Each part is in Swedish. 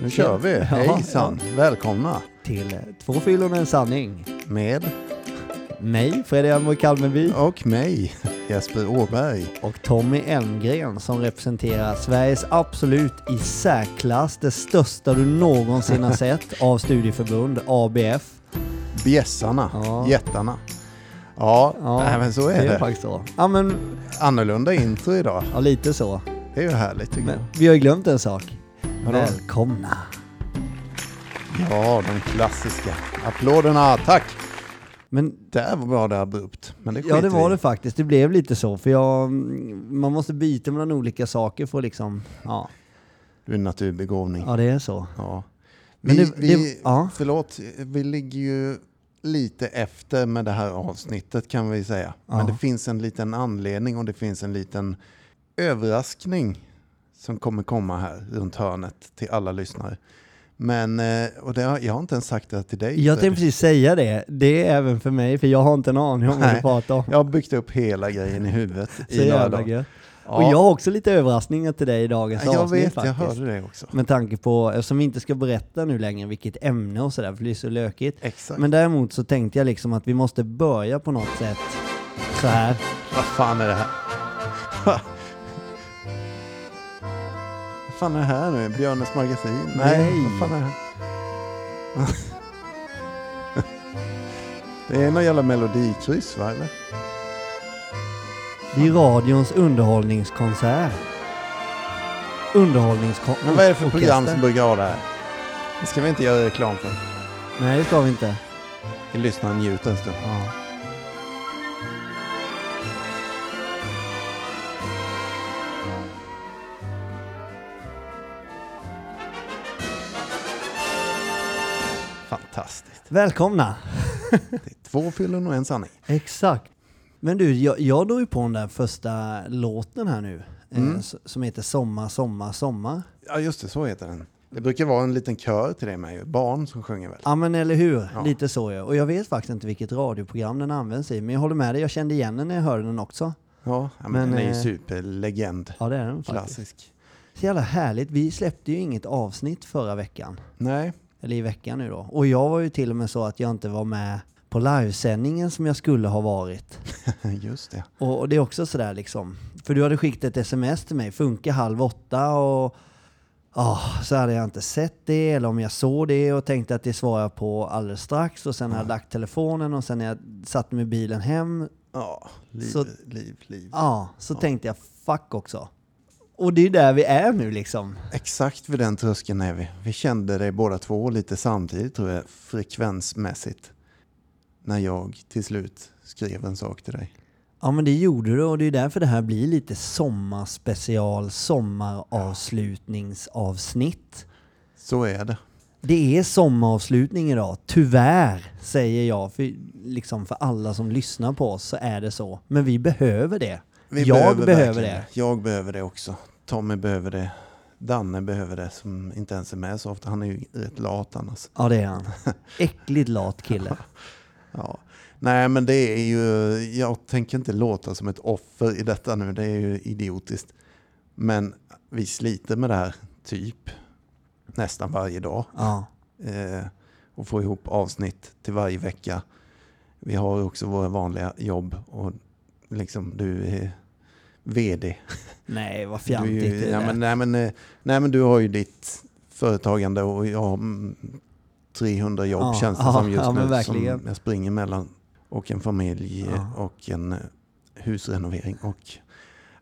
Nu kör vi. Hejsan. Välkomna. Till Två fyllon och en sanning. Med Mig, Fredrik Almor Kalmenby och mig, Jesper Åberg. och Tommy Elmgren som representerar Sveriges absolut i särklass det största du någonsin har sett av studieförbund, ABF. Bjässarna. Ja. Jättarna. Ja, nej, men så är Det är det. faktiskt så. Ja, men Annorlunda intro idag. ja, lite så. Det är ju härligt tycker Men vi har ju glömt en sak. Vadå? Välkomna. jag. Ja, de klassiska applåderna. Tack! Men Där var det abrupt. Men det Ja det skiter var vi i. det faktiskt, det blev lite så för jag, mm, man måste byta mellan olika saker för att liksom, ja, Du är en naturbegåvning. ja det är så. Ja. Men Vi, det- det- vi, ja. Förlåt, vi ligger ju lite efter med det här avsnittet kan vi säga. Men Ja. det finns en liten anledning och det finns en liten överraskning som kommer komma här runt hörnet till alla lyssnare. Men, eh, och det har, jag har inte ens sagt det till dig. Jag Fredrik. tänkte precis säga det, det är även för mig för jag har inte en aning om vad du Nej. pratar om. Jag har byggt upp hela grejen i huvudet Så i några jävla dagar. gött. Ja. Och jag har också lite överraskningar till dig i dagens jag avsnitt vet, jag faktiskt. hörde det också. Med tanke på, eftersom vi inte ska berätta nu längre vilket ämne och sådär för det är så lökigt. Exakt. Men däremot så tänkte jag liksom att vi måste börja på något sätt så här. Vad fan är det här? Vad fan är det här nu? Björnes magasin? Nej. Vad fan är det här? Det är någon jävla melodikryss va eller? Det är radions underhållningskonsert. Underhållningskonsert. Men vad är det för program som brukar ha det här? Det ska vi inte göra reklam för. Nej, det ska vi inte. Vi lyssnar och njuter en stund. Ja. Fantastiskt. Välkomna! Det är två fyllon och en sanning. Exakt. Men du, jag, jag drog ju på den där första låten här nu. eh, s- Som heter Sommar, sommar, sommar. Ja just det, så heter den. Det brukar vara en liten kör till det med ju. Barn som sjunger väl? Ja men eller hur, lite så ja. Och jag vet faktiskt inte vilket radioprogram den används i. Men jag håller med dig, jag kände igen den när jag hörde den också. Ja, ja men, Men, den är ju eh, superlegend. Ja det är den faktiskt. Klassisk. Så jävla härligt. Vi släppte ju inget avsnitt förra veckan. Nej, eller i veckan nu då. Och jag var ju till och med så att jag inte var med på livesändningen som jag skulle ha varit. just det. Och, och det är också sådär liksom. För du hade skickat ett sms till mig, funkar halv åtta och ah, så hade jag inte sett det eller om jag såg det och tänkte att det svarar jag på alldeles strax och sen hade jag lagt telefonen och sen när jag satte mig i bilen hem, Ja, liv, Så- liv, liv. ja, så tänkte jag fuck också. Och det är ju där vi är nu liksom. Exakt vid den tröskeln är vi. Vi kände det båda två lite samtidigt tror jag, frekvensmässigt. När jag till slut skrev en sak till dig. Ja men det gjorde du och det är därför det här blir lite sommarspecial, sommaravslutningsavsnitt. Så är det. Det är sommaravslutning idag, tyvärr säger jag. För, liksom för alla som lyssnar på oss så är det så. Men vi behöver det. Vi jag behöver verkligen det. Jag behöver det också. Tommy behöver det. Danne behöver det som inte ens är med så ofta. Han är ju rätt lat annars. Ja det är han. Äckligt lat kille. Ja. Nej men det är ju, jag tänker inte låta som ett offer i detta nu. Det är ju idiotiskt. Men vi sliter med det här typ nästan varje dag. Ja. eh, och få ihop avsnitt till varje vecka. Vi har ju också våra vanliga jobb och liksom du är vd. Nej vad Du är fjantigt ju, det ja, där. men, nej, men, eh, nej men du har ju ditt företagande och jag har mm, 300 jobb Ja, känns det ja, som just ja, men nu verkligen. som jag springer mellan. Och en familj eh, och en eh, husrenovering och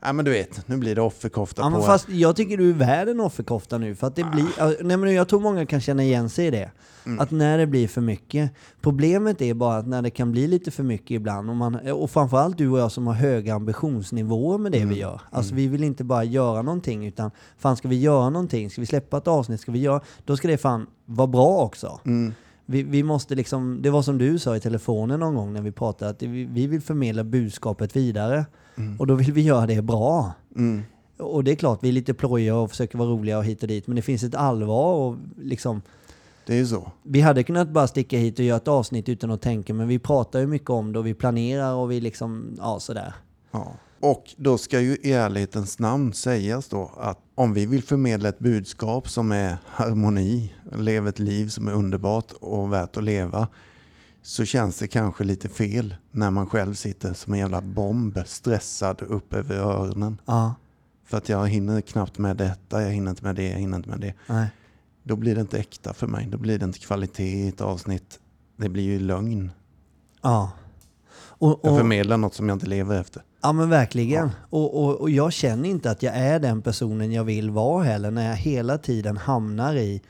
Ja men du vet, nu blir det offerkofta Ja, på men en. fast jag tycker du är värd en offerkofta nu. För att det blir, ja, nej, men jag tror många kan känna igen sig i det. Att när det blir för mycket. Problemet är bara att när det kan bli lite för mycket ibland. Och, man, och framförallt du och jag som har höga ambitionsnivåer med det vi gör. Alltså vi vill inte bara göra någonting. Utan fan ska vi göra någonting? Ska vi släppa ett avsnitt? Ska vi göra? Då ska det fan vara bra också. Vi, vi måste liksom, det var som du sa i telefonen någon gång när vi pratade. Att vi, vi vill förmedla budskapet vidare. Och då vill vi göra det bra. Och det är klart, vi är lite plojiga och försöker vara roliga och hit och dit. Men det finns ett allvar och liksom, Det är ju så. vi hade kunnat bara sticka hit och göra ett avsnitt utan att tänka. Men vi pratar ju mycket om det och vi planerar och vi liksom, ja sådär. Ja. Och då ska ju i ärlighetens namn sägas då att om vi vill förmedla ett budskap som är harmoni, leva ett liv som är underbart och värt att leva, så känns det kanske lite fel när man själv sitter som en jävla bomb stressad upp över öronen. Ja, För att jag hinner knappt med detta, jag hinner inte med det, jag hinner inte med det. nej. Då blir det inte äkta för mig, då blir det inte kvalitet i ett avsnitt. Det blir ju lögn. Ja. Och, Jag och, förmedlar något som jag inte lever efter. ja men verkligen. Och, och, och jag känner inte att jag är den personen jag vill vara heller när jag hela tiden hamnar i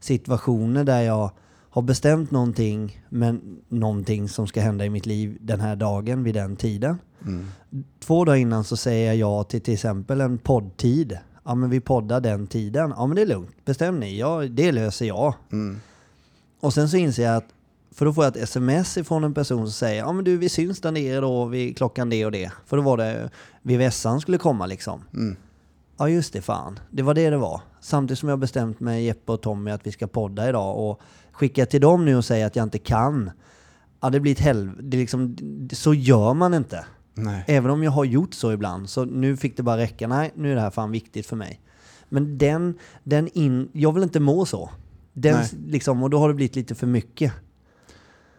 situationer där jag har bestämt någonting men någonting som ska hända i mitt liv den här dagen vid den tiden. Två dagar innan så säger jag ja till till exempel en poddtid. Ja men vi poddar den tiden. Ja men det är lugnt, bestäm ni. Ja, det löser jag. Och sen så inser jag att, för då får jag ett sms ifrån en person som säger ja men du vi syns där nere då vid klockan det och det. För då var det VVSan skulle komma liksom. Ja just det, fan. Det var det det var. Samtidigt som jag bestämt med Jeppe och Tommy att vi ska podda idag och skicka till dem nu och säga att jag inte kan. Ja det blir ett helvete, liksom, så gör man inte. Nej. Även om jag har gjort så ibland, så nu fick det bara räcka. Nej, nu är det här fan viktigt för mig. Men den, den in, jag vill inte må så. Den, Nej. liksom, och då har det blivit lite för mycket.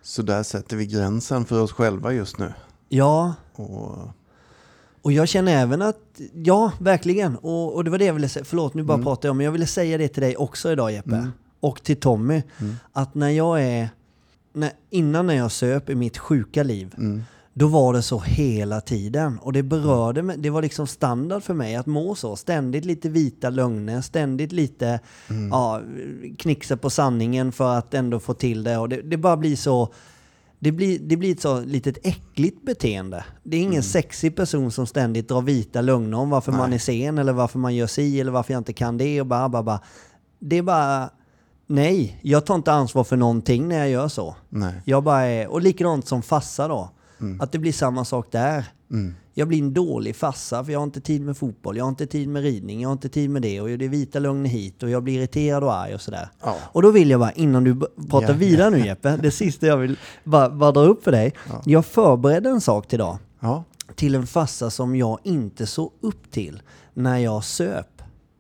Så där sätter vi gränsen för oss själva just nu. Ja, Och, och jag känner även att, ja verkligen. Och, och det var det jag ville säga, förlåt nu bara pratar jag, men jag ville säga det till dig också idag Jeppe. Och till Tommy. Att när jag är, när, innan när jag söp i mitt sjuka liv, då var det så hela tiden. Och det berörde mig, det var liksom standard för mig att må så. Ständigt lite vita lögner, ständigt lite ja, knixa på sanningen för att ändå få till det. Och det, det bara blir så... Det blir, det blir ett så litet äckligt beteende. Det är ingen sexig person som ständigt drar vita lögner om varför man är sen eller varför man gör si eller varför jag inte kan det och bara, bara, bara. Det är bara... Nej, jag tar inte ansvar för någonting när jag gör så. nej. Jag bara är, och likadant som fassa då. Mm. Att det blir samma sak där. Jag blir en dålig fassa för jag har inte tid med fotboll, jag har inte tid med ridning, jag har inte tid med det och det är vita lögner hit och jag blir irriterad och arg och sådär. Ja. Och då vill jag bara, innan du b- pratar Ja. vidare nu Jeppe, det sista jag vill bara, bara dra upp för dig. Jag förberedde en sak till idag Ja. till en fassa som jag inte såg upp till när jag söp.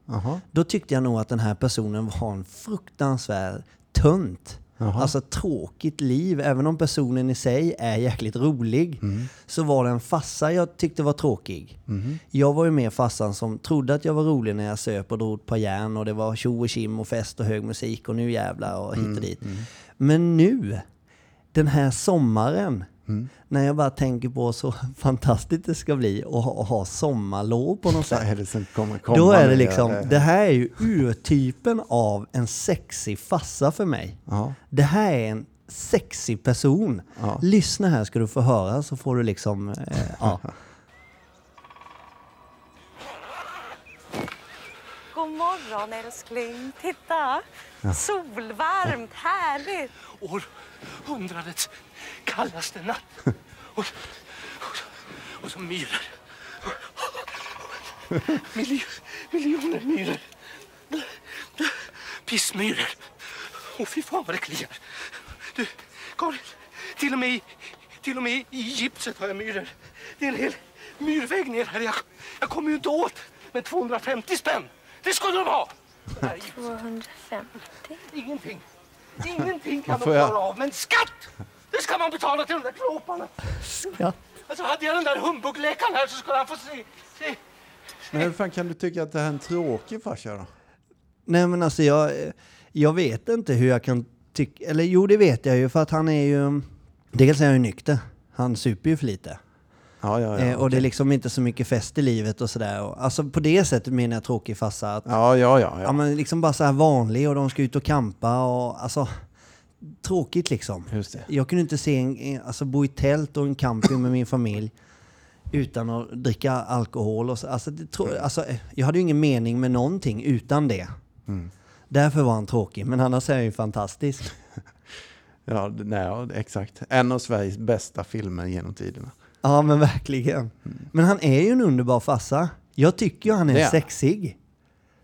Aha. Då tyckte jag nog att den här personen var en fruktansvärd tönt. Jaha. Alltså tråkigt liv, även om personen i sig är jäkligt rolig. Så var det en fassa jag tyckte var tråkig. Jag var ju med fassan som trodde att jag var rolig när jag söp och drog ett par järn och det var tjo och tjim och fest och hög musik och nu jävlar och hit och dit. Men nu, den här sommaren, när jag bara tänker på så fantastiskt det ska bli att ha, ha sommarlov på något Vad sätt. är det Eh, som kommer komma? Då är nu? det liksom, det här är ju urtypen av en sexig fassa för mig. Ja. Det här är en sexig person. Ja. Lyssna här ska du få höra så får du liksom, eh, ja. God morgon älskling. Titta! Solvarmt, härligt. år hundradets kallaste natt. Och, och, och så myror. Miljo, miljoner myror. Pissmyror. Åh, fy fan vad det kliar. Du, Karin, till och med i, till och med i gipset har jag myror. Det är en hel myrvägg ner här. Jag, jag kommer ju inte åt med 250 spänn. Det skulle de ha! Nej, 250. Ingenting. Ingenting kan Varför man jag- klara av, men skatt! Det ska man betala till de där klåparna. Ja. Alltså hade jag den där humbugläkaren här så skulle han få se. se. Men hur fan kan du tycka att det här är en tråkig farsa då? Nej men alltså jag, jag vet inte hur jag kan tycka, eller jo det vet jag ju för att han är ju, dels är han ju nykter, han super ju för lite. Ja, ja, eh, ja. och det är liksom inte så mycket fest i livet och sådär. Och, Alltså på det sättet menar jag tråkig fassa, att Ja, ja, ja. Ja ja. men liksom bara så här vanlig och de ska ut och kampa och alltså tråkigt liksom. Just det. Jag kunde inte se en, en- alltså bo i tält och en camping med min familj utan att dricka alkohol och så. Alltså, det, trå- Mm. alltså eh, jag hade ju ingen mening med någonting utan det. Mm. Därför var han tråkig, men annars är han ju fantastisk. ja, det- nej, ja exakt. En av Sveriges bästa filmer genom tiderna. Ja men verkligen. Men han är ju en underbar farsa. Jag tycker ju han är Mm. Det är han. sexig.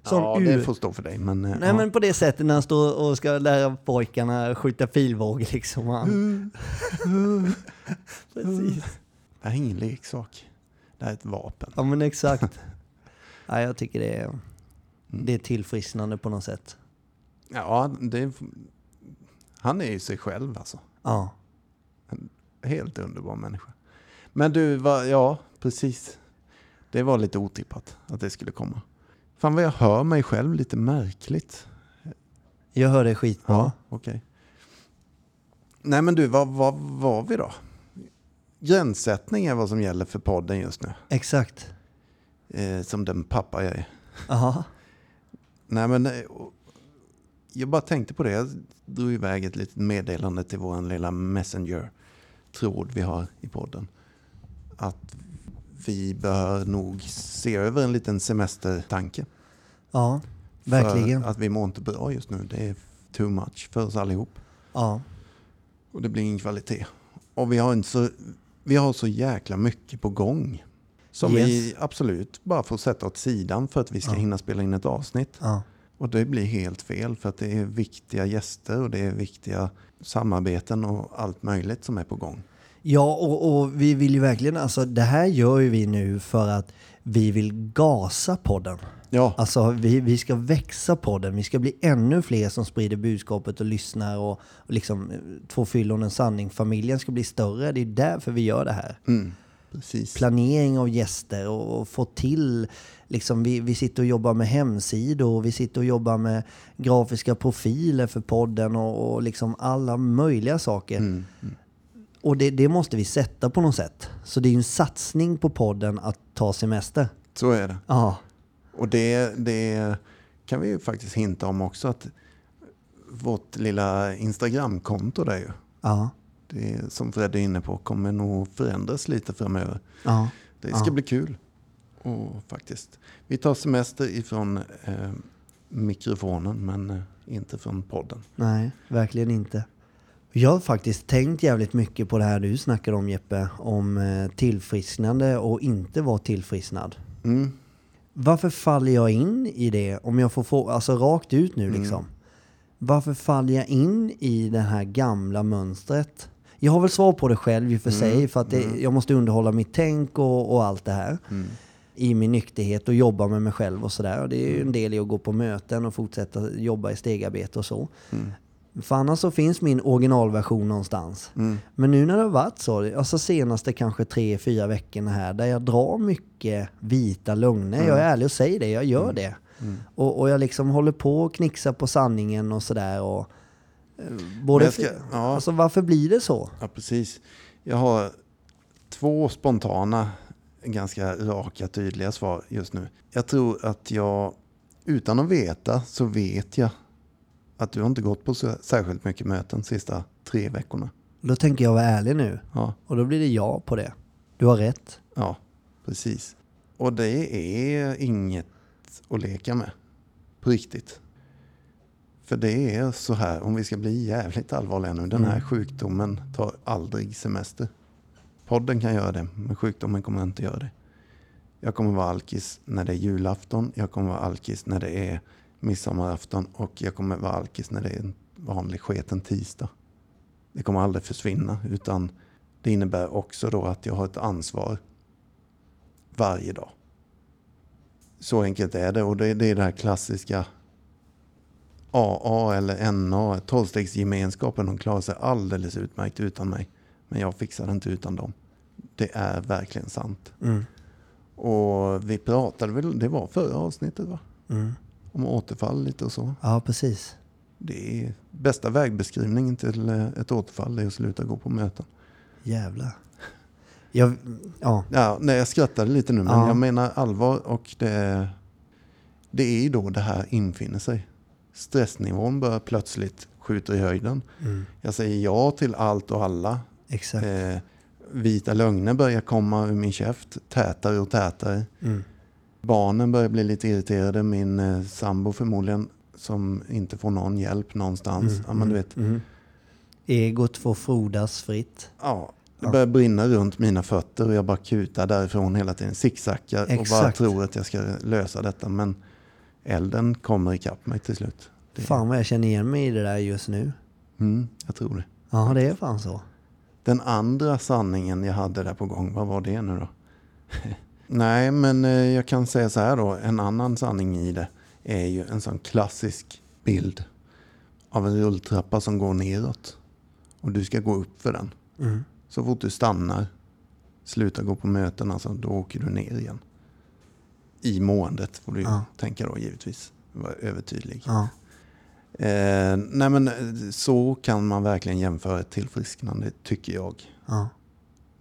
Sån ja, ur- det får stå för dig. Men, eh, Nej ja. men på det sättet när han står och ska lära pojkarna skjuta pilbåge liksom. och Han. Precis. Det här är ingen leksak. Det här är ett vapen. Ja men exakt. Nej, jag tycker det är, Mm. det är tillfrisknande på något sätt. Ja, det är, han är ju sig själv alltså. Ja. Helt underbar människa. Men du, va, ja precis. Det var lite otippat att det skulle komma. Fan vad jag hör mig själv lite märkligt. Jag hör det skitbra. Ja, okej. Nej men du, vad var, var vi då? Gränssättning är vad som gäller för podden just nu. Exakt. Eh, som den pappa jag är. Aha. Nej men, eh, och- jag bara tänkte på det. Jag drog iväg ett litet meddelande till vår lilla Messenger-tråd vi har i podden. Att vi bör nog se över en liten semestertanke. Ja, verkligen. För att vi mår inte bra just nu. Det är too much för oss allihop. Ja. Och det blir ingen kvalitet. Och vi har, inte så, vi har så jäkla mycket på gång. Som vi Yes. absolut bara får sätta åt sidan för att vi ska hinna spela in ett avsnitt. ja. Och det blir helt fel för att det är viktiga gäster och det är viktiga samarbeten och allt möjligt som är på gång. Ja, och, och vi vill ju verkligen, alltså det här gör ju vi nu för att vi vill gasa podden. Ja, Alltså vi, vi ska växa podden, vi ska bli ännu fler som sprider budskapet och lyssnar och, och liksom eh, två fyllon en sanning. Familjen ska bli större, det är därför vi gör det här. precis. planering av gäster och, och få till... Liksom, vi, vi sitter och jobbar med hemsidor och vi sitter och jobbar med grafiska profiler för podden och, och liksom alla möjliga saker. Och det, det måste vi sätta på något sätt. Så det är ju en satsning på podden att ta semester. Så är det. Ja, Och det, det kan vi ju faktiskt hinta om också att vårt lilla Instagramkonto där ju, ja, det som Fred är inne på, kommer nog förändras lite framöver. ja. Det ska bli kul. Och faktiskt. Vi tar semester ifrån eh, mikrofonen men eh, inte från podden. Nej, verkligen inte. Jag har faktiskt tänkt jävligt mycket på det här du snackar om Jeppe, om eh, tillfrisknande och inte vara tillfrisknad. Mm. Varför faller jag in i det om jag får få, alltså rakt ut nu liksom? Varför faller jag in i det här gamla mönstret? Jag har väl svar på det själv i och för sig för att det, jag måste underhålla mitt tänk och, och allt det här. I min nykterhet och jobba med mig själv och sådär. Och Det är ju en del i att gå på möten och fortsätta jobba i stegarbete och så. För annars så finns min originalversion någonstans. Mm. Men nu när det har varit så, alltså senaste kanske tre, fyra veckorna här, där jag drar mycket vita lögner. Jag Mm. är ärlig och säger det, jag gör det. Och, och jag liksom håller på och knixar på sanningen och sådär. Och, eh, både jag ska- för- ja. Alltså varför blir det så? Ja, precis. Jag har två spontana, ganska raka, tydliga svar just nu. Jag tror att jag, utan att veta, så vet jag att du har inte gått på så särskilt mycket möten sista tre veckorna. Då tänker jag vara ärlig nu. Ja, Och då blir det ja på det. Du har rätt. ja precis. Och det är inget att leka med. På riktigt. För det är så här, om vi ska bli jävligt allvarliga nu, den här sjukdomen tar aldrig semester. Podden kan göra det, men sjukdomen kommer inte göra det. Jag kommer vara alkis när det är julafton, jag kommer vara alkis när det är midsommarafton och jag kommer vara alkis när det är en vanlig sketen tisdag. Det kommer aldrig försvinna, utan det innebär också då att jag har ett ansvar varje dag. Så enkelt är det och det, det är det här klassiska AA eller NA, tolvstegsgemenskapen, de klarar sig alldeles utmärkt utan mig. Men jag fixar det inte utan dem. Det är verkligen sant. Och vi pratade väl, det var förra avsnittet va? Om återfall lite och så. Ja, precis. Det är bästa vägbeskrivningen till eh, ett återfall är att sluta gå på möten. Jävlar. Jag, ja, Ja, nej, jag skrattade lite nu, men Ja. jag menar allvar och det, det är ju då det här infinner sig. Stressnivån börjar plötsligt skjuta i höjden. Jag säger ja till allt och alla. exakt. Eh, vita lögner börjar komma ur min käft, tätare och tätare. Barnen börjar bli lite irriterade, min eh, sambo förmodligen, som inte får någon hjälp någonstans. ja, men du vet, Egot får frodas fritt. Ja, det börjar brinna runt mina fötter och jag bara kutar därifrån hela tiden. Sicksackar och bara Exakt. tror att jag ska lösa detta. Men elden kommer ikapp mig till slut. Det, Fan vad jag känner igen mig i det där just nu. mm, jag tror det. Ja, det är fan så. Den andra sanningen jag hade där på gång, vad var det nu då? Nej, men eh, jag kan säga så här då. En annan sanning i det är ju en sån klassisk bild av en rulltrappa som går neråt. Och du ska gå upp för den. Mm. Så fort du stannar, slutar gå på möten, alltså, då åker du ner igen. I måendet får du ju Ja. tänka då givetvis. Var övertydlig. Ja. Eh, nej men eh, så kan man verkligen jämföra ett tillfrisknande tycker jag. Ja.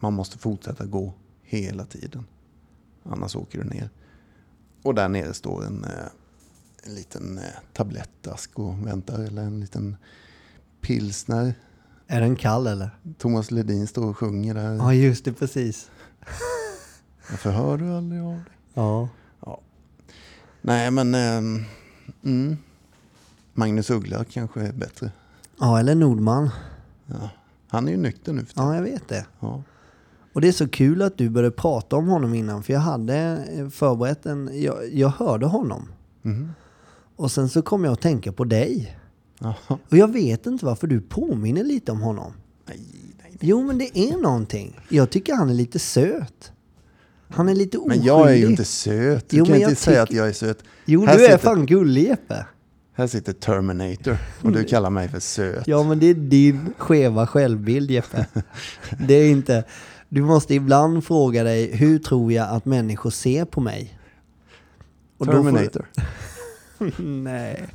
Man måste fortsätta gå hela tiden. Annars åker du ner. Och där nere står en, eh, en liten eh, tablettask och väntar. Eller en liten pilsner. Är den kall eller? Thomas Ledin står och sjunger där. Ja, just det, precis. Varför hör du aldrig av dig? Ja. Nej men... ehm, mm. Magnus Uggla kanske är bättre. Ja, eller Nordman. Han är ju nykter nu för tiden. Ja, jag vet det. Ja. Och det är så kul att du började prata om honom innan, för jag hade eh, förberett en... Jag, jag hörde honom. Mm-hmm. Och sen så kom jag att tänka på dig. Ja. Och jag vet inte varför du påminner lite om honom. Nej, nej, nej. Jo, men det är någonting. Jag tycker han är lite söt. Han är lite oskyldig. Men jag är ju inte söt. Du Jo, kan men inte jag säga att tycker- jag är söt. Jo, Här du är sitter- fan gullig Jeppe. Här sitter Terminator och du kallar mig för söt. Mm. Ja, men det är din skeva självbild Jeppe. Det är inte... Du måste ibland fråga dig, hur tror jag att människor ser på mig? Och då får- Terminator. Nej.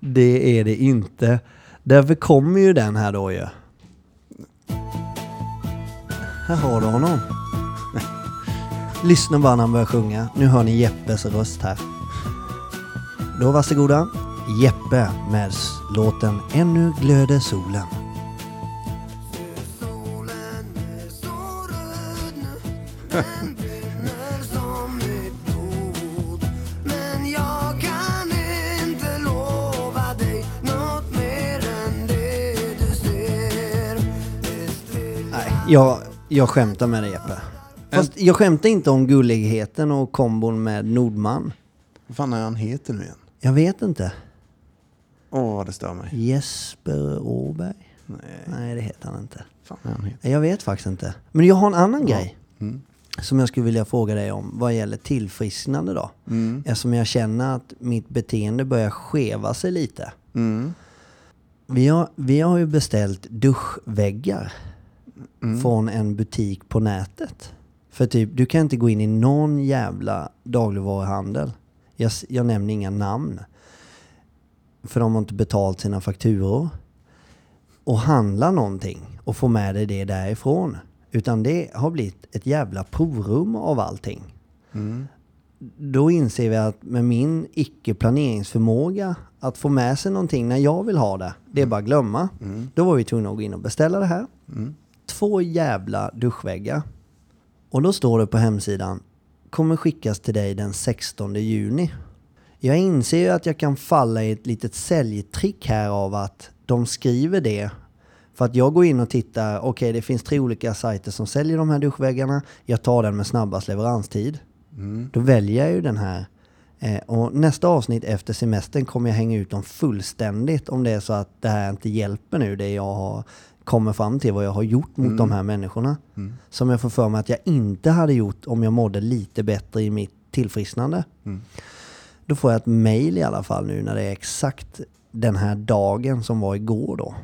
Det är det inte. Därför kommer ju den här då ju. Här har du honom. Lyssna bara när han börjar sjunga. Nu hör ni Jeppes röst här. Då varsågoda. Jeppe med s- låten Ännu glöder solen. Nej, jag, jag skämtar med dig Jeppe. Fast jag skämtar inte om gulligheten och kombon med Nordman. Vad fan är han heter nu igen? Jag vet inte. Åh, vad det stör mig. Jesper Åberg? Nej, Nej, det heter han inte. fan är han heter? Jag vet faktiskt inte. Men jag har en annan grej. Som jag skulle vilja fråga dig om vad gäller tillfrisknande då. Eftersom jag känner att mitt beteende börjar skeva sig lite. Vi, har, vi har ju beställt duschväggar från en butik på nätet. För typ, du kan inte gå in i någon jävla dagligvaruhandel. Jag, s- jag nämner inga namn. För de har inte betalt sina fakturor och handla någonting och få med dig det därifrån. Utan det har blivit ett jävla provrum av allting. Då inser vi att med min icke-planeringsförmåga att få med sig någonting när jag vill ha det, det är bara att glömma. Då var vi tvungna att gå in och beställa det här. Två jävla duschväggar. Och då står det på hemsidan, kommer skickas till dig den 16 juni. Jag inser ju att jag kan falla i ett litet säljtrick här av att de skriver det. För att jag går in och tittar, okej det finns tre olika sajter som säljer de här duschväggarna. Jag tar den med snabbast leveranstid. Då väljer jag ju den här. Eh, och nästa avsnitt efter semestern kommer jag hänga ut dem fullständigt om det är så att det här inte hjälper nu. Det jag har kommer fram till vad jag har gjort mot de här människorna. Som jag får för mig att jag inte hade gjort om jag mådde lite bättre i mitt tillfrisknande. Då får jag ett mail i alla fall nu när det är exakt den här dagen som var igår då.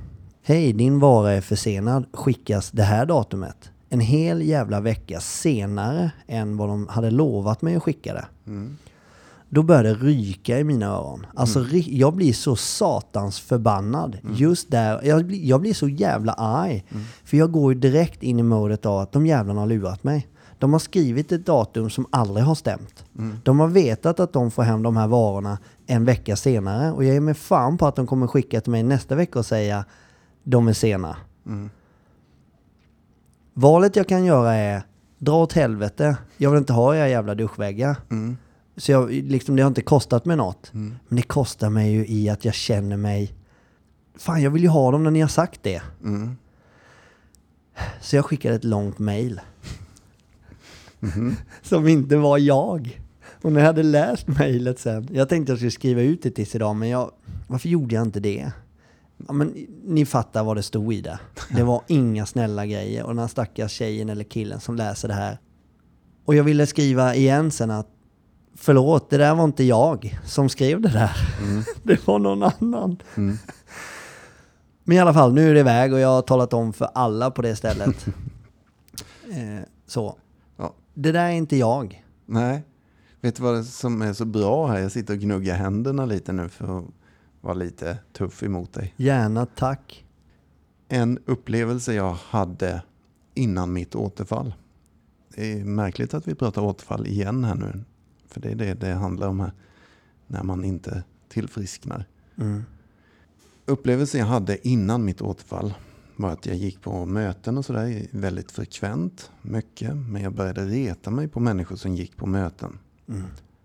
Hej, din vara är försenad. Skickas det här datumet. En hel jävla vecka senare än vad de hade lovat mig att skicka det. Då börjar det ryka i mina öron. Alltså, ri- jag blir så satans förbannad. Just där. Jag, blir- jag blir så jävla arg. För jag går ju direkt in i modet av att de jävlarna har lurat mig. De har skrivit ett datum som aldrig har stämt. De har vetat att de får hem de här varorna en vecka senare. Och jag ger mig fan på att de kommer skicka till mig nästa vecka och säga de är sena. Valet jag kan göra är dra åt helvete. Jag vill inte ha era jävla duschväggar. Så jag, liksom, det har inte kostat mig något. Men det kostar mig ju i att jag känner mig... Fan, jag vill ju ha dem när ni har sagt det. Så jag skickade ett långt mail. Som inte var jag. Och när jag hade läst mejlet sen. Jag tänkte jag skulle skriva ut det tills idag, men jag, varför gjorde jag inte det? Ja, men ni fattar vad det stod i det. Det var inga snälla grejer. Och den här stackars tjejen eller killen som läser det här Och jag ville skriva igen sen att förlåt, det där var inte jag som skrev det där. Mm. Det var någon annan. Men i alla fall, nu är det iväg och jag har talat om för alla på det stället. eh, så. Ja. Det där är inte jag. Nej. Vet du vad det som är så bra här? Jag sitter och gnuggar händerna lite nu för att vara lite tuff emot dig. Gärna tack. En upplevelse jag hade innan mitt återfall. Det är märkligt att vi pratar återfall igen här nu. För det är det det handlar om här. När man inte tillfrisknar. Upplevelsen jag hade innan mitt återfall var att jag gick på möten och sådär väldigt frekvent. Mycket. Men jag började reta mig på människor som gick på möten.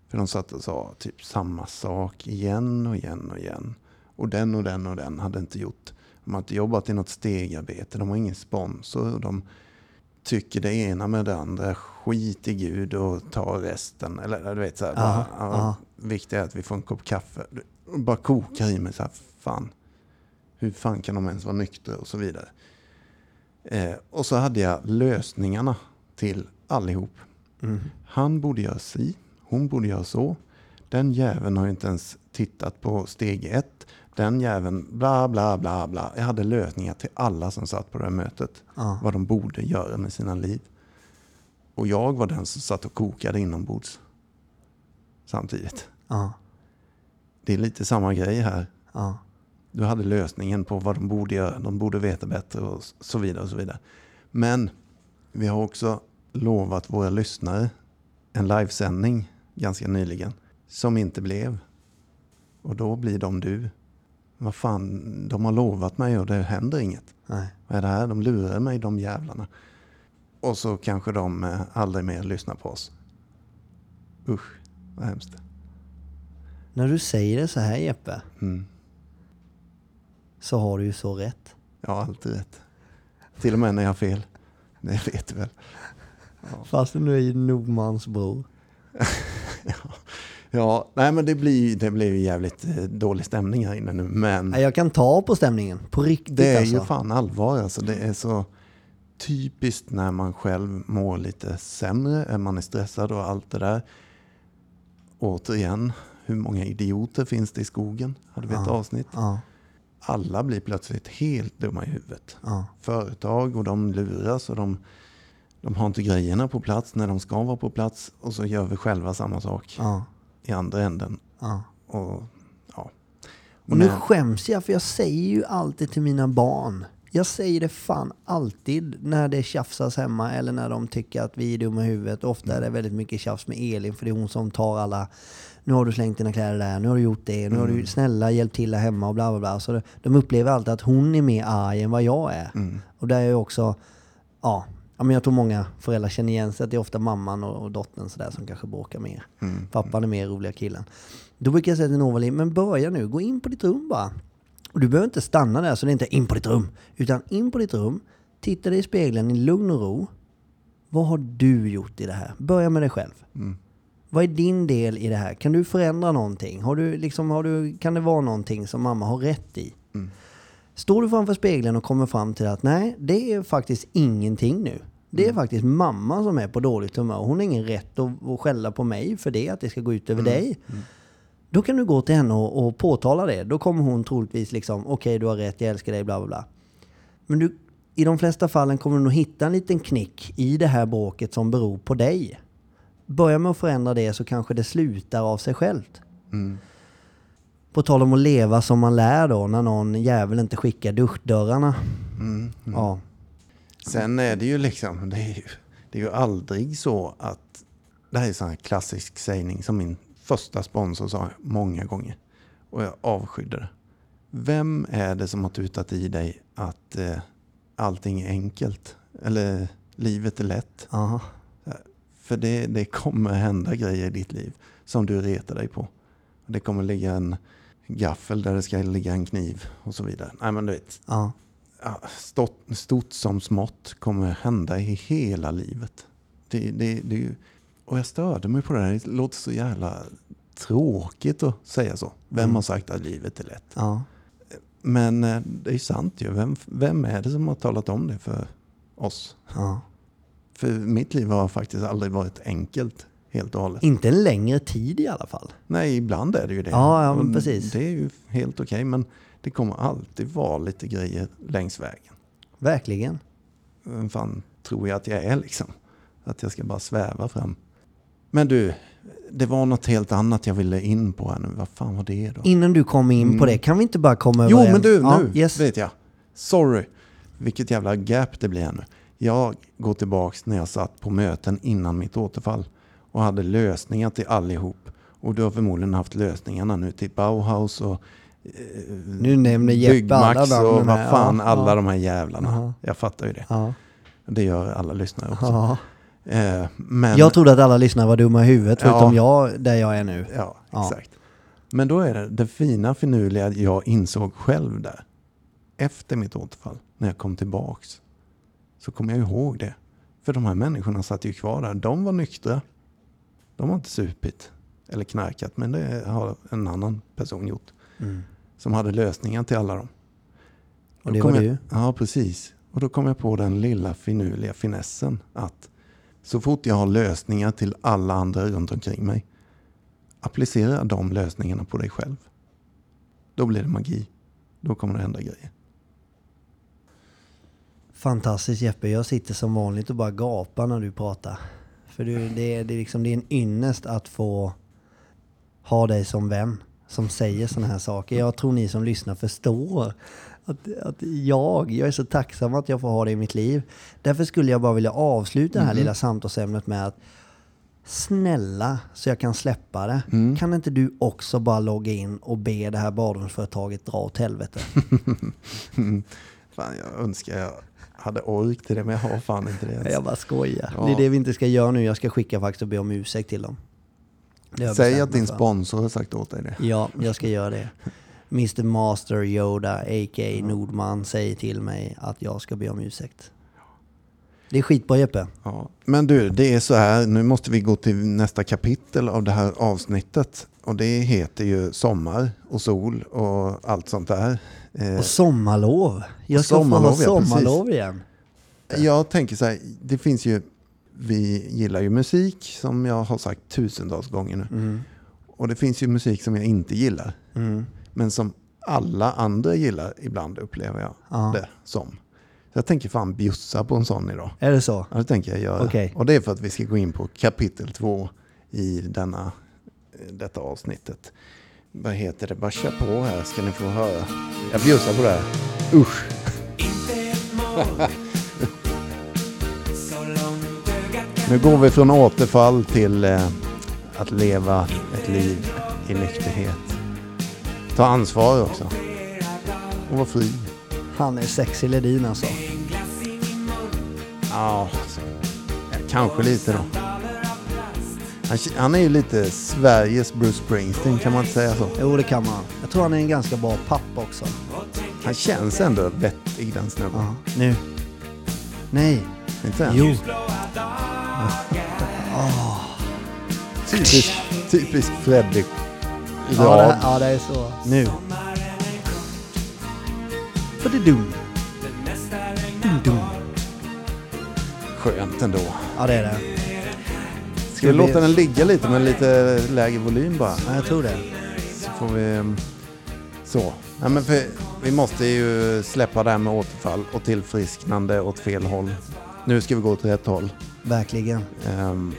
För de satt och sa typ samma sak igen och igen och igen. Och den och den och den hade inte gjort. De har inte jobbat i något stegarbete. De har ingen sponsor. Och de tycker det ena med det andra. Skit i Gud och ta resten. Eller du vet så här. Ja, bara, ja. ja. Viktigt är att vi får en kopp kaffe. Det bara kokar i mig så här. Fan. Hur fan kan de ens vara nyktra och så vidare. Eh, och så hade jag lösningarna till allihop. Han borde göra si, hon borde göra så. Den jäveln har ju inte ens tittat på steg ett. Den jäveln, bla bla bla bla. Jag hade lösningar till alla som satt på det här mötet. Ja. Vad de borde göra med sina liv. Och jag var den som satt och kokade inombords. Samtidigt. Ja, Det är lite samma grej här. ja, Du hade lösningen på vad de borde göra. De borde veta bättre och så vidare. och så vidare. Men vi har också lovat våra lyssnare en livesändning ganska nyligen som inte blev. Och då blir de du. Vad fan, de har lovat mig och det händer inget. nej. Vad är det här? De lurar mig, de jävlarna. Och så kanske de eh, aldrig mer lyssnar på oss. Usch, vad hemskt. När du säger det så här Jeppe, Mm. så har du ju så rätt. Jag har alltid rätt. Till och med när jag har fel. Det vet du väl. Fast du är Normans bror. Ja, nej men det blir, det blir ju jävligt eh, dålig stämning här inne nu. Men Nej, Jag kan ta på stämningen, på riktigt det är alltså. ju fan allvar alltså. Det är så typiskt när man själv mår lite sämre, eh, man är stressad och allt det där. Återigen, hur många idioter finns det i skogen? Hade vi ett avsnitt? Ja, Alla blir plötsligt helt dumma i huvudet. ja, Företag och de luras och de, de har inte grejerna på plats när de ska vara på plats. Och så gör vi själva samma sak ja, i andra änden. ja. Och, ja. Och nu Men- skäms jag för jag säger ju alltid till mina barn. Jag säger det fan alltid när det tjafsas hemma eller när de tycker att vi är dumma i huvudet. Ofta är Mm. det väldigt mycket tjafs med Elin för det är hon som tar alla nu har du slängt dina kläder där, nu har du gjort det, nu har Mm. du snälla hjälp till här hemma och bla bla bla. Så det- de upplever alltid att hon är mer arg än vad jag är. Mm. Och där är jag också, ja, ja, men jag tror många föräldrar känner igen sig att det är ofta mamman och, och dottern sådär som kanske bråkar mer. Pappan är mer roliga killen. Då brukar jag säga till Novali, men börja nu, gå in på ditt rum bara. Och du behöver inte stanna där, så det är inte in på ditt rum. Utan in på ditt rum, titta dig i spegeln i lugn och ro. Vad har du gjort i det här? Börja med dig själv. Vad är din del i det här? Kan du förändra någonting? Har du, liksom, har du, kan det vara någonting som mamma har rätt i? Står du framför spegeln och kommer fram till att nej, det är faktiskt ingenting nu. Det är faktiskt mamma som är på dåligt humör. Hon har ingen rätt att, att skälla på mig för det, att det ska gå ut över dig. Då kan du gå till henne och, och påtala det. Då kommer hon troligtvis liksom, okej du har rätt, jag älskar dig, bla bla bla. Men du, i de flesta fallen kommer du nog hitta en liten knick i det här bråket som beror på dig. Börja med att förändra det så kanske det slutar av sig självt. På tal om att leva som man lär då, när någon jävel inte skickar duschdörrarna. Mm, Ja. Sen är det ju liksom, det är ju, det är ju aldrig så att, det här är en sån här klassisk sägning som min första sponsor sa många gånger. Och jag avskydde det. Vem är det som har tutat i dig att eh, allting är enkelt? Eller livet är lätt? Aha. För det, det kommer hända grejer i ditt liv som du retar dig på. Det kommer ligga en gaffel där det ska ligga en kniv och så vidare. Nej men du vet, Ja. ja, stort, stort som smått kommer hända i hela livet. Det, det, det, är ju- och jag störde mig på det här. Det låter så jävla tråkigt att säga så. Vem har sagt att livet är lätt? Mm. Ja. Men eh, det är ju sant ju. Vem, vem är det som har talat om det för oss? Ja. För mitt liv har faktiskt aldrig varit enkelt helt och hållet. Inte en längre tid i alla fall. Nej, ibland är det ju det. Ja, ja, men Och precis. Det är ju helt okej, men det kommer alltid vara lite grejer längs vägen. Verkligen. Vem fan tror jag att jag är liksom? Att jag ska bara sväva fram. Men du, det var något helt annat jag ville in på här nu. Vad fan var det då? Innan du kom in på det, kan vi inte bara komma Mm. Jo, överens? men du, Ja, nu yes. vet jag. Sorry. Vilket jävla gap det blir här nu. Jag går tillbaks när jag satt på möten innan mitt återfall och hade lösningar till allihop. Och du har förmodligen haft lösningarna nu till Bauhaus och Nu nämner Jeppe alla Byggmax och namnen vad här. fan, Ja, alla ja, de här jävlarna. Ja. Jag fattar ju det. ja. Det gör alla lyssnare också. Ja. Eh, men, Jag trodde att alla lyssnare var dumma i huvudet, Ja. förutom jag, där jag är nu. Ja, Ja. exakt. Men då är det det fina finurliga jag insåg själv där. Efter mitt återfall, när jag kom tillbaks, så kom jag ihåg det. För de här människorna satt ju kvar där. De var nyktra. De har inte supit eller knarkat, men det har en annan person gjort. Som hade lösningar till alla dem. Mm. Och Då det kom var jag, du. Ja, precis. Och då kom jag på den lilla finurliga finessen att så fort jag har lösningar till alla andra runt omkring mig, applicera de lösningarna på dig själv. Då blir det magi. Då kommer det hända grejer. Fantastiskt Jeppe, jag sitter som vanligt och bara gapar när du pratar. För du, det, är, det, är liksom, det är en ynnest att få ha dig som vän som säger sådana här saker. Jag tror ni som lyssnar förstår att, att jag, jag är så tacksam att jag får ha det i mitt liv. Därför skulle jag bara vilja avsluta det här lilla samtalsämnet med att snälla så jag kan släppa det. Kan inte du också bara logga in och be det här badrumsföretaget dra åt helvete? Fan, jag önskar jag hade ork till det, men jag har fan inte det ens. Jag bara skojar. Ja. Det är det vi inte ska göra nu. Jag ska skicka fax och be om ursäkt till dem. Det har jag Säg bestämt att mig din för. sponsor har sagt åt dig det. Ja, jag ska göra det. Mr Master Yoda, a.k.a. Nordman, säger till mig att jag ska be om ursäkt. Det är skitbra Jeppe. Ja. Men du, det är så här, nu måste vi gå till nästa kapitel av det här avsnittet. Och det heter ju sommar och sol och allt sånt där. Eh, Och sommarlov. Jag Och ska få ha sommarlov, ja, precis. sommarlov igen. Jag tänker så här, det finns ju, vi gillar ju musik som jag har sagt tusentals gånger nu. Och det finns ju musik som jag inte gillar. Men som alla andra gillar ibland upplever jag det som. Så jag tänker fan bjussa på en sån idag. Är det så? Ja, det tänker jag göra. Okej. Och det är för att vi ska gå in på kapitel två i denna, eh, detta avsnittet. Vad heter det? Bara kör på här ska ni få höra. Jag bjussar på det här. Usch! Nu går vi från återfall till eh, att leva ett liv i nykterhet. Ta ansvar också. Och var fri. Han är sexig Ledin alltså. Ja, kanske lite då. Han, han är ju lite Sveriges Bruce Springsteen, kan man inte säga så? Jo det kan man. Jag tror han är en ganska bra pappa också. Han känns ändå vettig den snubben. Ja, nu. Nej. Inte än? Jo. Typisk, typisk Fredrik. Ja, det, Rad. ja, det är så. Nu. För det är dum. Dum, dum. Skönt ändå. Ja, det är det. Ska vi låta den ligga lite med lite lägre volym bara? Ja, jag tror det. Så får vi... mm, Så. Ja, men för, vi måste ju släppa det här med återfall och tillfrisknande åt fel håll. Nu ska vi gå åt rätt håll. Verkligen. Ehm,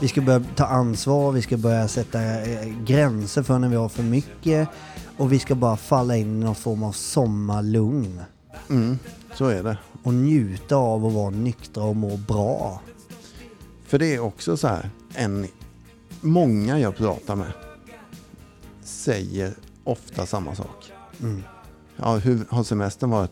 Vi ska börja ta ansvar, vi ska börja sätta eh, gränser för när vi har för mycket och vi ska bara falla in i någon form av sommarlugn så är det. och njuta av att vara nyktra och må bra. För det är också så här, en, många jag pratar med säger ofta samma sak. Mm. Ja, hur har semestern varit?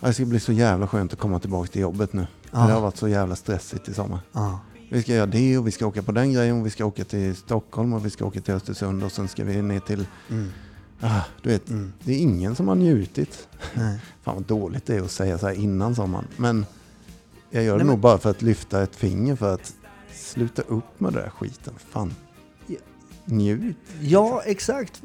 Ja, Det ska bli så jävla skönt att komma tillbaka till jobbet nu. För Det har varit så jävla stressigt i sommar. Ja. Vi ska göra det och vi ska åka på den grejen och vi ska åka till Stockholm och vi ska åka till Östersund och sen ska vi ner till... Mm. Ah, du vet, det är ingen som har njutit. Nej. Fan vad dåligt det är att säga så här innan sommaren. Men jag gör det nog bara för att lyfta ett finger för att sluta upp med den där skiten. Fan. Ja. Njut. Ja, exakt.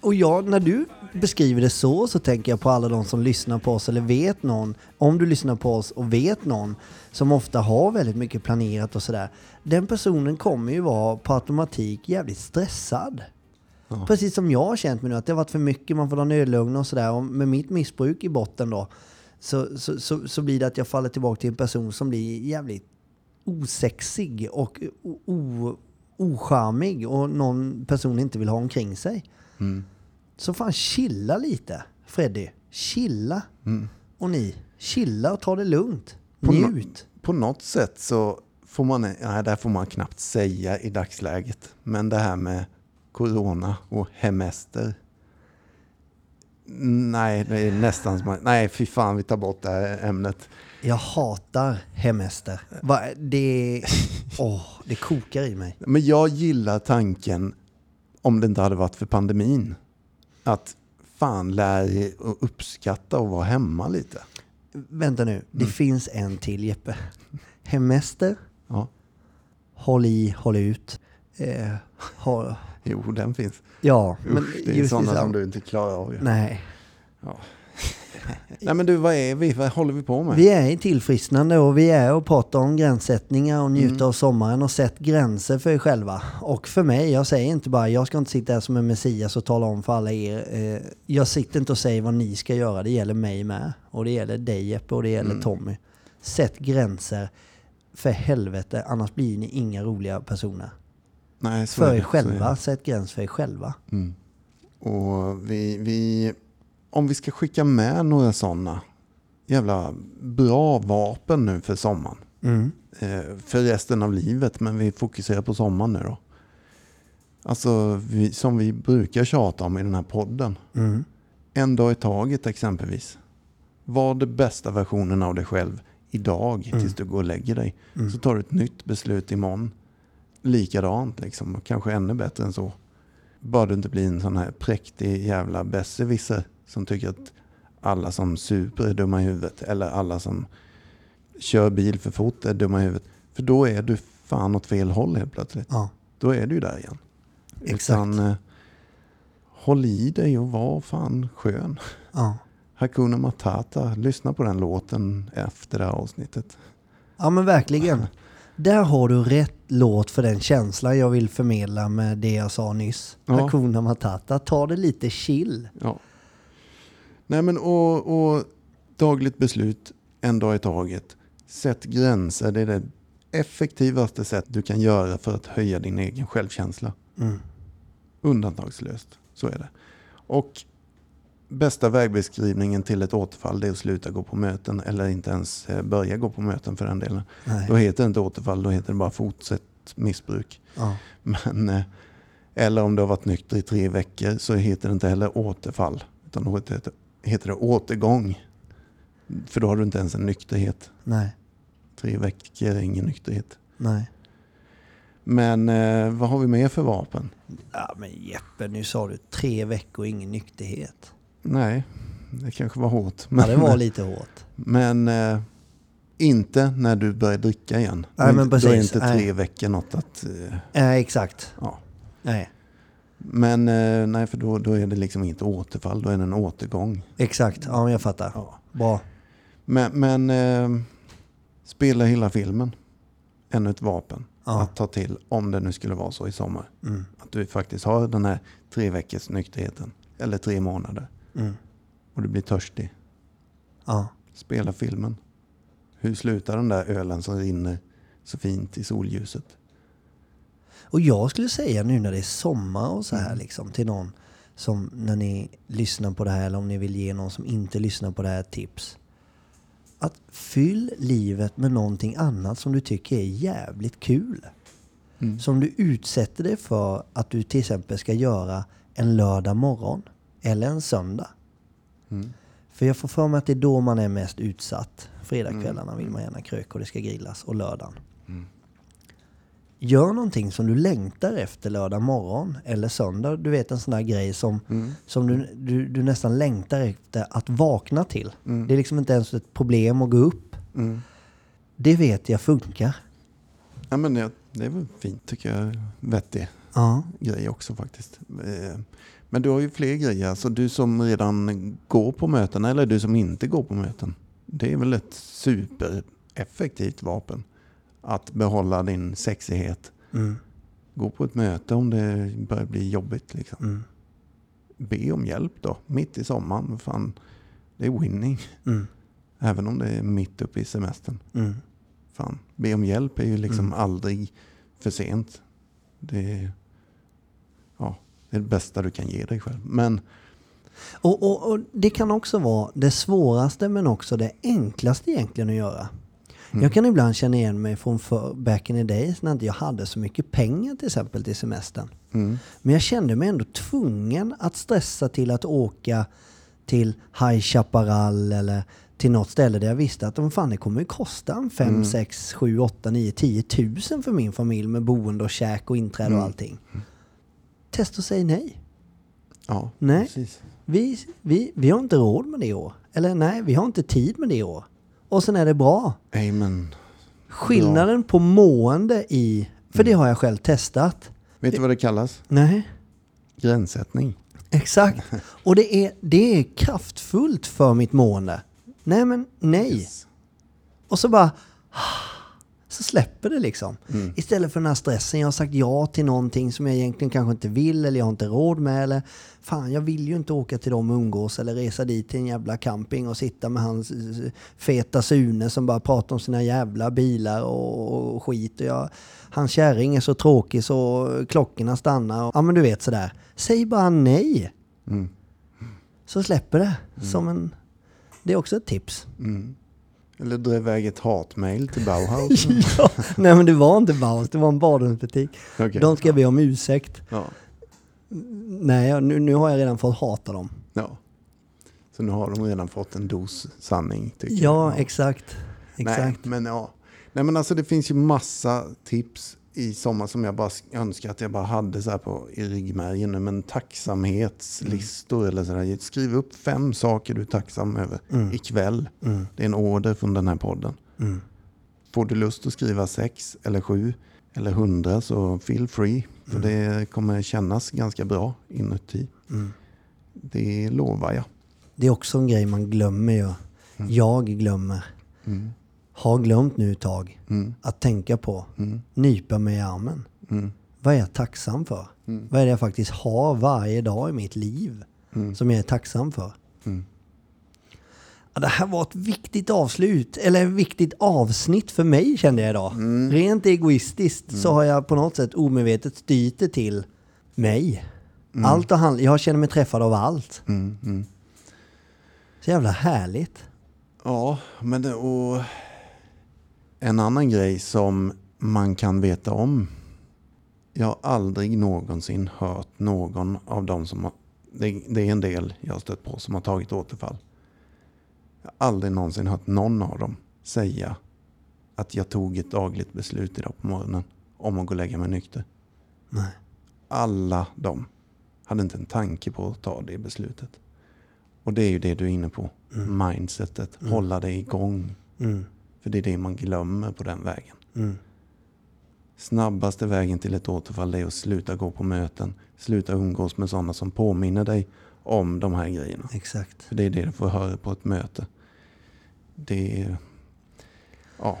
Och jag, när du, beskriver det så så tänker jag på alla de som lyssnar på oss eller vet någon. Om du lyssnar på oss och vet någon som ofta har väldigt mycket planerat och sådär. Den personen kommer ju vara på automatik jävligt stressad. Precis som jag har känt mig nu, att det har varit för mycket, man får dra nödlugn och sådär. Och med mitt missbruk i botten då, så, så, så, så blir det att jag faller tillbaka till en person som blir jävligt osexig och o- o- ocharmig och någon person inte vill ha omkring sig. Mm. Så fan chilla lite, Freddy. Chilla. Och ni, chilla och ta det lugnt. Mm. På nå- Njut. På något sätt så får man, nej, det här får man knappt säga i dagsläget. Men det här med corona och hemester. Nej, det är nästan som att- Nej, fy fan, vi tar bort det här ämnet. Jag hatar hemester. Va, det, åh, det kokar i mig. Men jag gillar tanken, om det inte hade varit för pandemin, att fan lär er att uppskatta och vara hemma lite. Vänta nu, det Mm. finns en till Jeppe. Hemester, Ja, håll i, håll ut. Eh, ha, jo, den finns. ja, Usch, det är just sådana sam- som du inte klarar av. ju. Nej. Nej, men du, vad är vi? Vad håller vi på med? Vi är i tillfrisknande och vi är och pratar om gränssättningar och Mm. njuta av sommaren och sätt gränser för er själva. Och för mig, jag säger inte bara jag ska inte sitta här som en messias och tala om för alla er. Eh, jag sitter inte och säger vad ni ska göra, det gäller mig med. Och det gäller dig Jeppe och det gäller Mm. Tommy. Sätt gränser för helvete, annars blir ni inga roliga personer. Nej, så är det, För Mm. er så är själva, sätt gräns för er själva. Och vi, vi, om vi ska skicka med några sådana jävla bra vapen nu för sommaren. Eh, för resten av livet, men vi fokuserar på sommaren nu då. Alltså, vi, som vi brukar tjata om i den här podden. En dag i taget exempelvis. Var den bästa versionen av dig själv idag tills du går och lägger dig. Så tar du ett nytt beslut imorgon. Likadant liksom, och kanske ännu bättre än så. Bara du inte blir en sån här präktig jävla besserwisser som tycker att alla som super är dumma i huvudet eller alla som kör bil för fort är dumma i huvudet. För då är du fan åt fel håll helt plötsligt. Ja, Då är du ju där igen. Exakt. Utan, eh, håll i dig och var fan skön. ja. Hakuna Matata, lyssna på den låten efter det här avsnittet. Ja men verkligen. Där har du rätt låt för den känsla jag vill förmedla med det jag sa nyss. Ja. Hakuna Matata. Ta det lite chill. Ja. Nej men och, och dagligt beslut, en dag i taget. Sätt gränser, det är det effektivaste sätt du kan göra för att höja din egen självkänsla. Undantagslöst, så är det. Och bästa vägbeskrivningen till ett återfall det är att sluta gå på möten eller inte ens eh, börja gå på möten för den delen. Nej. Då heter det inte återfall, då heter det bara fortsätt missbruk. Ja. Men, eh, eller om du har varit nykter i tre veckor så heter det inte heller återfall. Utan då heter det- heter det återgång. För då har du inte ens en nykterhet. Nej, Tre veckor är ingen nykterhet. nej. Men eh, vad har vi mer för vapen? Ja men Jeppe, nu sa du tre veckor ingen nykterhet. Nej, det kanske var hårt. Ja Men, det var lite hårt. men eh, inte när du börjar dricka igen. Nej, Då är men inte- Då är precis. inte tre Nej. veckor något att... Eh, Eh, exakt. ja. Nej, Men eh, nej, för då, då är det liksom inget återfall, då är det en återgång. exakt. Ja men jag fattar. Ja. Bra. Men, men eh, spela hela filmen. Ännu ett vapen Ja. att ta till om det nu skulle vara så i sommar. Att du faktiskt har den här tre veckors nykterheten. Eller tre månader. Och du blir törstig. Ja. Spela filmen. Hur slutar den där ölen som rinner så fint i solljuset? Och jag skulle säga nu när det är sommar och så här liksom till någon som när ni lyssnar på det här eller om ni vill ge någon som inte lyssnar på det här ett tips. Att fyll livet med någonting annat som du tycker är jävligt kul. Som du utsätter dig för att du till exempel ska göra en lördag morgon eller en söndag. För jag får för mig att det är då man är mest utsatt. Fredagskvällarna vill man gärna kröka och det ska grillas och lördagen. Gör någonting som du längtar efter lördag morgon eller söndag. Du vet en sån där grej som, som du, du, du nästan längtar efter att vakna till. Det är liksom inte ens ett problem att gå upp. Det vet jag funkar. Ja, men det, det är väl fint tycker jag. Vettig Ja. grej också faktiskt. Eh, Men du har ju fler grejer. Alltså du som redan går på möten eller du som inte går på möten. Det är väl ett supereffektivt vapen. Att behålla din sexighet. Gå på ett möte om det börjar bli jobbigt. Liksom. Be om hjälp då. Mitt i sommaren. vad Fan, det är winning. Även om det är mitt uppe i semestern. Fan, be om hjälp är ju liksom aldrig för sent. Det är, ja, det är det bästa du kan ge dig själv. Men Och, och, och det kan också vara det svåraste men också det enklaste egentligen att göra. Jag kan ibland känna igen mig från för, back in the days när inte jag hade så mycket pengar till exempel till semestern. Men jag kände mig ändå tvungen att stressa till att åka till High Chaparral eller till något ställe där jag visste att "Men fan, det kommer ju kosta en 5, 6, 7, 8, 9, 10 tusen för min familj med boende och käk och inträde och allting. Testa att säga nej. ja, Nej. precis. Vi, vi, vi har inte råd med det i år. Eller nej, vi har inte tid med det i år. Och sen är det bra. Amen. Skillnaden på mående i... För det har jag själv testat. Vet du vad det kallas? Nej. Gränssättning. Exakt. Och det är, det är kraftfullt för mitt mående. Nej men nej. Och så bara... Så släpper det liksom. Istället för den här stressen. Jag har sagt ja till någonting som jag egentligen kanske inte vill eller jag har inte råd med. Eller fan, jag vill ju inte åka till dem och umgås eller resa dit till en jävla camping och sitta med hans eh, feta Sune som bara pratar om sina jävla bilar och, och skit. Och jag, hans kärring är så tråkig så klockorna stannar. Och, ja men du vet sådär. Säg bara nej. Så släpper det. Som en, det är också ett tips. Eller dra iväg ett hatmail till Bauhaus. ja, nej men det var inte Baus, det var en badrumsbutik. Okej. De ska be om ursäkt. ja. Nej, jag- nu, nu har jag redan fått hata dem. ja. Så nu har de redan fått en dos sanning. Tycker Ja, jag. exakt. Exakt. Nej, men ja. Nej, men alltså det finns ju massa tips i sommar som jag bara sk- önskar att jag bara hade så här på, i ryggmärgen. nu, Men tacksamhetslistor eller så där. Skriv upp fem saker du är tacksam över ikväll. Det är en order från den här podden. Får du lust att skriva sex eller sju eller hundra så feel free. För det kommer kännas ganska bra inuti. Det lovar jag. Det är också en grej man glömmer ju. Jag glömmer. Har glömt nu ett tag. Att tänka på. Nypa mig i armen. Vad är jag tacksam för? Vad är det jag faktiskt har varje dag i mitt liv? Som jag är tacksam för? Ja, det här var ett viktigt avslut, eller ett viktigt avsnitt för mig kände jag idag. Rent egoistiskt så har jag på något sätt omedvetet styrt det till mig. Allt och hand- jag känner mig träffad av allt. Så jävla härligt. Ja, men det, och en annan grej som man kan veta om. Jag har aldrig någonsin hört någon av dem som har, det, det är en del jag har stött på som har tagit återfall. Jag har aldrig någonsin hört någon av dem säga att jag tog ett dagligt beslut idag på morgonen om att gå och lägga mig nykter. Nej. Alla de hade inte en tanke på att ta det beslutet. Och det är ju det du är inne på. Mindsetet. Hålla det igång. För det är det man glömmer på den vägen. Snabbaste vägen till ett återfall är att sluta gå på möten. Sluta umgås med sådana som påminner dig om de här grejerna. Exakt. För det är det du får höra på ett möte. Det är... Ja.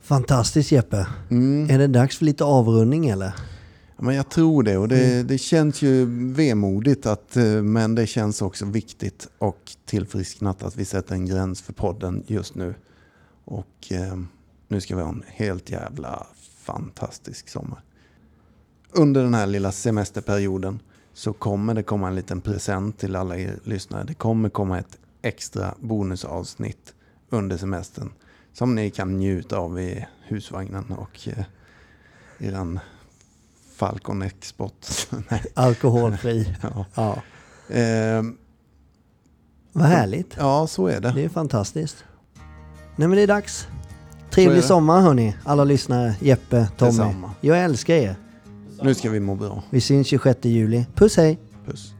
Fantastiskt Jeppe. Mm. Är det dags för lite avrundning eller? Ja, Men jag tror det och det, det känns ju vemodigt att, eh, men det känns också viktigt och tillfrisknat att vi sätter en gräns för podden just nu. Och eh, nu ska vi ha en helt jävla fantastisk sommar. Under den här lilla semesterperioden så kommer det komma en liten present till alla er lyssnare. Det kommer komma ett extra bonusavsnitt under semestern som ni kan njuta av i husvagnen och eh, i den Falcon Export. Nej. Alkoholfri. Ja. ja. Ehm, Vad härligt. ja, så är det. Det är fantastiskt. Nej men det är dags. Trevlig det. sommar hörni. Alla lyssnare. Jeppe, Tommy. Detsamma. Jag älskar er. Nu ska vi må bra. Vi syns 26 juli. Puss hej! Puss.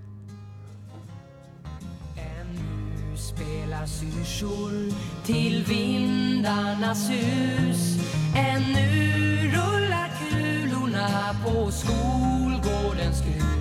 Ännu spelar syrsor till vindarnas hus Ännu rullar kulorna på skolgårdens grus